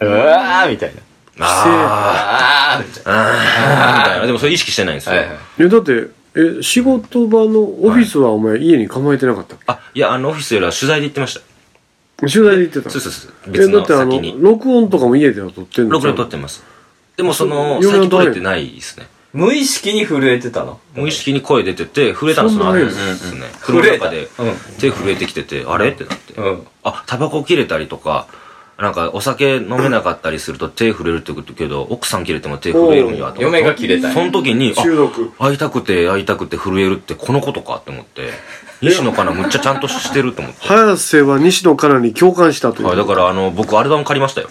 Speaker 2: うわーみたいな。
Speaker 3: あ
Speaker 2: あーみたい
Speaker 3: ーあーみたいな。でもそれ意識してないんです
Speaker 2: な。
Speaker 3: よ。
Speaker 2: はいはい。
Speaker 1: え、だって、え、仕事場のオフィスはお前家に構えてなかった。
Speaker 3: あ、いや、あの、オフィスよりは取材で行ってました。
Speaker 1: 取材で行ってた
Speaker 3: そうそうそう。
Speaker 1: え、
Speaker 3: 別
Speaker 1: だっ
Speaker 3: の
Speaker 1: てあ
Speaker 3: 先
Speaker 1: の
Speaker 3: に、。
Speaker 1: 録音とかも家では撮ってんの
Speaker 3: 録音撮ってます。でもその、
Speaker 1: そ
Speaker 3: 最
Speaker 1: う
Speaker 3: 近撮れてないですね。
Speaker 2: 無意識に震えてたの。
Speaker 3: 無意識に声出てて、震えたのその後ですね。
Speaker 2: そんな
Speaker 3: 車
Speaker 2: に
Speaker 3: の中で
Speaker 2: 震え
Speaker 3: 手震えてきてて、あれってなって。
Speaker 2: うん。
Speaker 3: あ、タバコ切れたりとか、なんかお酒飲めなかったりすると手震えるってことけど、奥さん切れても手震えるんやと思って。
Speaker 2: 嫁が切れたんや
Speaker 3: その時に、
Speaker 1: 中毒
Speaker 3: あ、会いたくて会いたくて震えるってこのことかって思って、西野かなむっちゃちゃんとしてると思って。
Speaker 1: 早瀬は西野カナに共感したという。
Speaker 3: はい、だからあの、僕アルバム借りましたよ。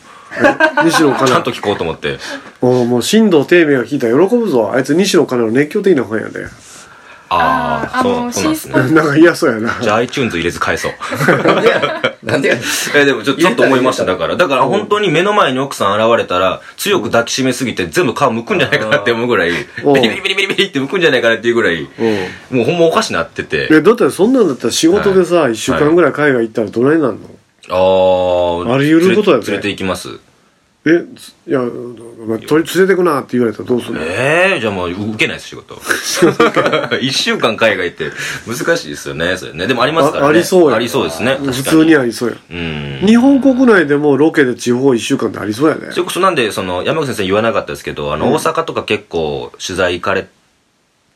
Speaker 1: 西野カ
Speaker 3: ちゃん
Speaker 1: ナ
Speaker 3: と。聴こうと思って。
Speaker 1: おうもう、新藤貞明が聞いたら喜ぶぞ。あいつ西野カナの熱狂的なファンやで。
Speaker 3: ああ、
Speaker 8: あーあ
Speaker 3: そ
Speaker 8: の
Speaker 3: う、そうなんです ね。
Speaker 1: なんか嫌そうやな。
Speaker 3: じゃあ iTunes 入れず返そう。
Speaker 2: なんでやなんでや
Speaker 3: え、でもちょ
Speaker 2: 入れ
Speaker 3: ち
Speaker 2: た
Speaker 3: ょっと思いました。だから、だから本当に目の前に奥さん現れたら、強く抱きしめすぎて全部皮むくんじゃないかなって思うぐらい、ビ
Speaker 1: おう
Speaker 3: リビリビリビリビリってむくんじゃないかなっていうぐらい、
Speaker 1: う
Speaker 3: もうほんまおかしなってて。
Speaker 1: ん。え、だってそんなんだったら仕事でさ、一週間ぐらい海外行ったらどないなんの
Speaker 3: ああ、
Speaker 1: あり得ることだよね
Speaker 3: 連れ連れて行きます。
Speaker 1: え、ついや、まあとり連れてくなって言われたらどうするの
Speaker 3: ええじゃあもう受けないです、仕事。 一週間海外って難しいですよね、それね。でもありますからね。
Speaker 1: あありそうや
Speaker 3: ありそうですね。確かに
Speaker 1: 普通にありそうや。
Speaker 3: うん。
Speaker 1: 日本国内でもロケで地方一週間でありそうやね。
Speaker 3: それこそなんで、その、山口先生言わなかったですけど、あの、大阪とか結構取材行かれ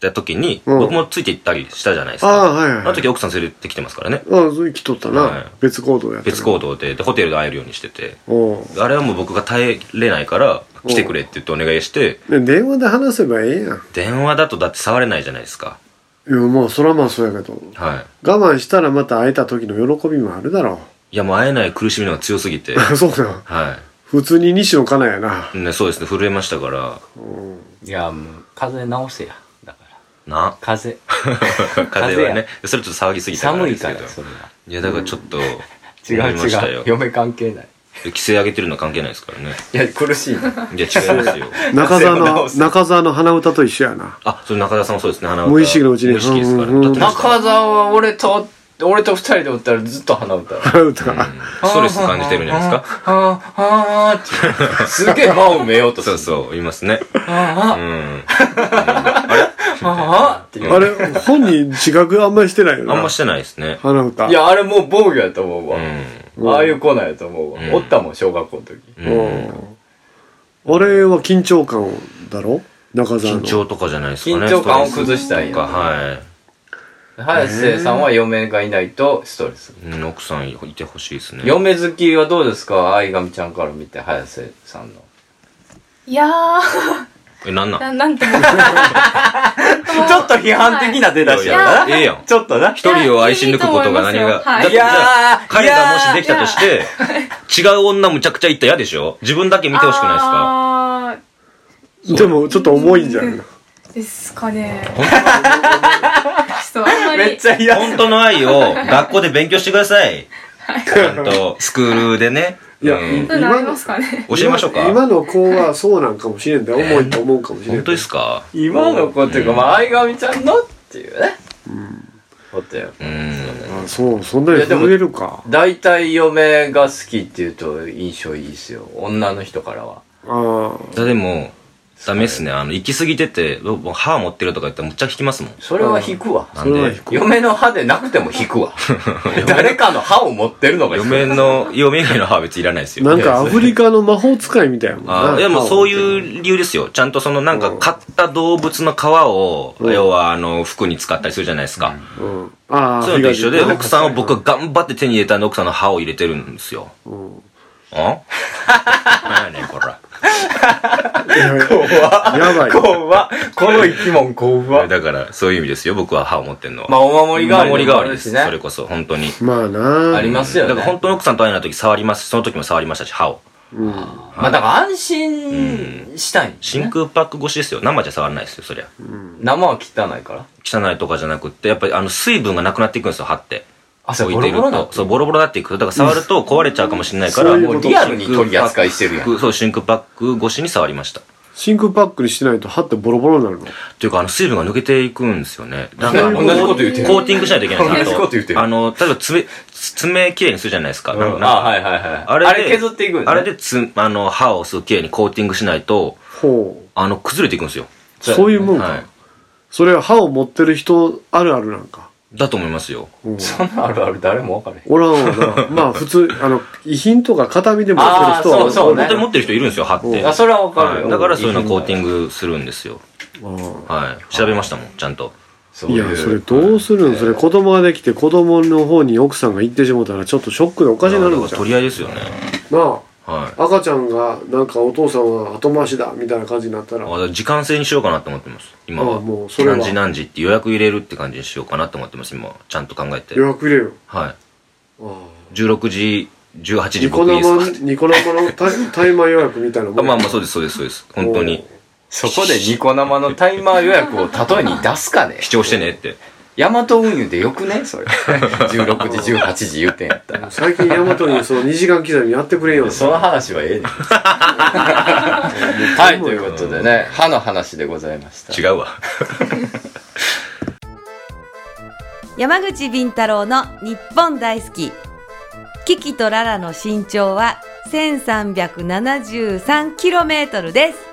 Speaker 3: た時に、
Speaker 1: うん
Speaker 3: 僕もついて行ったりしたじゃないです
Speaker 1: あ
Speaker 3: か。
Speaker 1: あ、はいは
Speaker 3: あ
Speaker 1: い。
Speaker 3: の時奥さん連れてきてますからね。
Speaker 1: ああ、そういう来とったな。
Speaker 3: はい
Speaker 1: 別行動やったけど
Speaker 3: 別行動で、でホテルで会えるようにしてて。
Speaker 1: おう
Speaker 3: あれはもう僕が耐えれないから、来てくれって言ってお願いして、
Speaker 1: ね電話で話せばええやん。い
Speaker 3: 電話だとだって触れないじゃないですか。
Speaker 1: や、まあ、そらまあそうやけど。
Speaker 3: はい。
Speaker 1: 我慢したらまた会えた時の喜びもあるだろ
Speaker 3: いや、もう会えない苦しみの方が強すぎて。
Speaker 1: う。 そうなん。
Speaker 3: は
Speaker 1: 普通に西野カナやな。
Speaker 3: い。ね、そうですね、震えましたから。
Speaker 8: いや、もう、風邪直せや。だから。
Speaker 3: な。
Speaker 8: 風邪。
Speaker 3: 風はね。それちょっと騒ぎすぎた
Speaker 8: 寒い
Speaker 3: ですけ
Speaker 8: か
Speaker 3: ど
Speaker 8: ら、それは。
Speaker 3: いや、だからちょっと、
Speaker 8: 違
Speaker 3: 思いうました
Speaker 8: 違う
Speaker 3: よ。
Speaker 8: 嫁関係ない。
Speaker 3: 規制上げてるの関係ないですからね。
Speaker 8: いや、苦しい な。
Speaker 3: いや、違いますよ。
Speaker 1: 中澤
Speaker 8: 風邪を
Speaker 1: の
Speaker 8: 直、す
Speaker 1: 中澤の鼻歌と一緒やな。
Speaker 3: あ、それ中田さんもそうですね、花歌
Speaker 1: 無意識のうちに
Speaker 3: 無意識ですから。
Speaker 1: うんうんうん
Speaker 3: だって
Speaker 2: 中澤は俺と、俺と二人でおったらずっと鼻 歌。
Speaker 1: 鼻歌が。
Speaker 3: ストレス感じてるんじゃないですか。
Speaker 2: かはぁ、はぁ、はぁって。すげえ間を埋めようとす
Speaker 3: そ
Speaker 2: る
Speaker 3: う。そう、いますね。う
Speaker 2: はぁ、
Speaker 3: ん。
Speaker 2: はぁ、っていう。
Speaker 1: あれ、本人自覚あんまりしてないよな。
Speaker 3: あんましてないですね。
Speaker 1: 鼻歌。
Speaker 2: いや、あれもう防御やと思う
Speaker 3: う
Speaker 2: わ。
Speaker 3: ん。
Speaker 2: ああいうコーナーやと思うわ。
Speaker 3: うん
Speaker 2: おったもん、小学校の時。
Speaker 1: うん。あれは緊張感だろ中澤の。
Speaker 3: 緊張とかじゃないですかね。
Speaker 2: 緊張感を
Speaker 3: ストレス
Speaker 2: 崩したん
Speaker 3: とか、
Speaker 2: や。
Speaker 3: は
Speaker 2: 早瀬さんは嫁がいないとストレス。
Speaker 3: い。うん奥さんいてほしいですね。
Speaker 2: 嫁好きはどうですか相上ちゃんから見て、早瀬さんの。
Speaker 4: いや
Speaker 3: え、なん
Speaker 4: ー、
Speaker 3: なん
Speaker 4: ななんとも。ち
Speaker 2: ちょっと批判的な出だしや
Speaker 3: や
Speaker 2: な。
Speaker 3: ええやん。
Speaker 2: ちょっとな。
Speaker 3: 一人を愛し抜くことが何
Speaker 4: い
Speaker 3: が。
Speaker 4: や
Speaker 3: だっ
Speaker 4: い
Speaker 3: て
Speaker 2: と思いま
Speaker 3: じ
Speaker 4: い
Speaker 2: すよはい
Speaker 3: ゃあ、
Speaker 2: い
Speaker 3: 彼
Speaker 2: やー
Speaker 3: がもしできたとして、違う女むちゃくちゃ言ったら嫌でしょ自分だけ見てほしくないですか
Speaker 4: あ
Speaker 1: でも、ちょっと重いんじゃん。
Speaker 4: ーですかね。
Speaker 3: 本
Speaker 4: ちょっとあんまり。
Speaker 2: めっちゃ嫌
Speaker 3: 本当の愛を学校で勉強してください。ちゃんと、スクールでね。
Speaker 1: いや
Speaker 3: うん
Speaker 4: そういうのありますかね。
Speaker 3: 教えましょうか。
Speaker 1: 今今の子はそうなんかもしれんで、重いと思うかもしれん。
Speaker 3: 本当ですか
Speaker 2: 今の子っていうか、まあ、相上ちゃんのっていうね。ことや。
Speaker 3: うん。
Speaker 1: あそう、そんなに震えるか。
Speaker 2: 大体嫁が好きっていうと印象いいですよ。女の人からは。
Speaker 1: あ
Speaker 3: だでも、ダメっすね。あの、行き過ぎてて、もう歯持ってるとか言ったらむっちゃ引きますもん。
Speaker 2: それは引くわ。
Speaker 1: あ、
Speaker 3: なんで
Speaker 2: 嫁の歯でなくても引く わ。誰かの歯を持ってるのが引く。
Speaker 3: 嫁の、嫁以外の歯は別にいらないですよ。
Speaker 1: なんかアフリカの魔法使いみたいやもん
Speaker 3: あ
Speaker 1: な。
Speaker 3: ーいやもうそう
Speaker 1: う。
Speaker 3: いう理由ですよ。ちゃんとそのなん
Speaker 1: う
Speaker 3: か
Speaker 1: ん
Speaker 3: 買った動物の皮を、
Speaker 1: うん
Speaker 3: 要はあの服に使ったりするじゃないですか。
Speaker 1: うん。ああ、
Speaker 3: そういうのと一緒で、
Speaker 1: 東
Speaker 3: 奥さんを僕が頑張って手に入れたんで奥さんの歯を入れてるんですよ。
Speaker 1: うん
Speaker 3: んなんやねんこら。
Speaker 1: やばい。
Speaker 2: 怖っこの生き物怖っ
Speaker 3: だからそういう意味ですよ。僕は歯を持ってんのは。
Speaker 2: まあ、お守り代わり
Speaker 3: 守り代わりです。
Speaker 2: ね
Speaker 3: そ。れこそ、本当に。
Speaker 1: まあな
Speaker 2: ありますよ
Speaker 3: だ
Speaker 2: ね。
Speaker 3: から本当に奥さんと会えない時触ります。その時も触りましたし、歯を。
Speaker 1: うん。
Speaker 2: まあ、だから安心したいんです
Speaker 3: 真
Speaker 2: ね。
Speaker 3: 空パック越しですよ。生じゃ触らないですよ、そりゃ。
Speaker 2: 生は汚いから。
Speaker 3: 汚いとかじゃなくって、やっぱりあの水分がなくなっていくんですよ、歯って。
Speaker 2: あ、そ
Speaker 3: 置
Speaker 2: れ
Speaker 3: い
Speaker 2: ボロボ
Speaker 3: てる
Speaker 2: ロな
Speaker 3: と。そう、ボロボロになっていくと。だから触ると壊れちゃうかもしれないから、
Speaker 1: そういう
Speaker 2: も
Speaker 1: こ
Speaker 2: う
Speaker 1: と
Speaker 2: リアルに取り扱いしてるやん。
Speaker 3: そう、真空パック越しに触りました。
Speaker 1: 真空パックにしてないと歯ってボロボロになるの。
Speaker 3: というか、あの、水分が抜けていくんですよね。だ
Speaker 2: そういうこと同じこと言ってる
Speaker 3: コーティングしないといけないんです
Speaker 2: 同じこと言ってる
Speaker 3: あの、例えば爪、爪きれいにするじゃないですか。なんか
Speaker 2: あ、はいはいはい。
Speaker 3: あ
Speaker 2: あ
Speaker 3: れ
Speaker 2: れ
Speaker 3: で
Speaker 2: 削っていくんですね
Speaker 3: あれでつ、あの、歯をすごいきれいにコーティングしないと、
Speaker 1: ほ
Speaker 3: あの、崩れていくんですよ。
Speaker 1: う。そういうもん
Speaker 3: は
Speaker 1: か。それは歯を持ってる人あるあるなんか。
Speaker 3: い。だと思いますよ。
Speaker 1: うん
Speaker 2: そん なあるある誰も分からへん。
Speaker 1: おらんわ な。まあ普通、あの、遺品とか形見で持ってる人は
Speaker 2: あーそう
Speaker 3: 持って
Speaker 2: ね
Speaker 3: 持ってる人いるんですよ、歯って。
Speaker 2: あ、それは分かる
Speaker 3: は
Speaker 2: よ。
Speaker 3: いだからそういうのコーティ
Speaker 2: グ。
Speaker 3: ングするんですよ。
Speaker 1: あ
Speaker 3: はい。調べましたもん、ちゃんと。
Speaker 1: ーいや、それどうするのそれ子供ができて子供の方に奥さんが行ってしもたらちょっとショックでおかしになるん
Speaker 3: だ
Speaker 1: じ
Speaker 3: か
Speaker 1: ゃん
Speaker 3: ら取。り合いですよね。
Speaker 1: な
Speaker 3: はい。
Speaker 1: あ、赤ちゃんがなんかお父さんは後回しだみたいな感じになったら。
Speaker 3: あだから時間制にしようかなと思ってます今
Speaker 1: あ
Speaker 3: は
Speaker 1: もうそれは
Speaker 3: 何時何時って予約入れるって感じにしようかなと思ってます今はちゃんと考えて
Speaker 1: 予約入れよ。
Speaker 3: はい
Speaker 1: あ
Speaker 3: 16時18時
Speaker 1: ニコ
Speaker 3: 僕いいです
Speaker 1: 生
Speaker 3: か
Speaker 1: ニコ生のタイタイマー予約みたいな
Speaker 3: あまあ
Speaker 1: あ
Speaker 3: まあそうですそうですそうです本当に
Speaker 2: そこでニコ生のタイマー予約を例えに出すかね
Speaker 3: 視聴してねって。
Speaker 2: ヤマト運輸でよくねそれ。16時、18時言うてんやったら。
Speaker 1: 最近ヤマトにその2時間刻みやってくれよ
Speaker 2: その話はええねん。はい、ということでね、歯の話でございました。
Speaker 3: 違うわ。
Speaker 7: 山口敏太郎の日本大好き。キキとララの身長は 1373km です。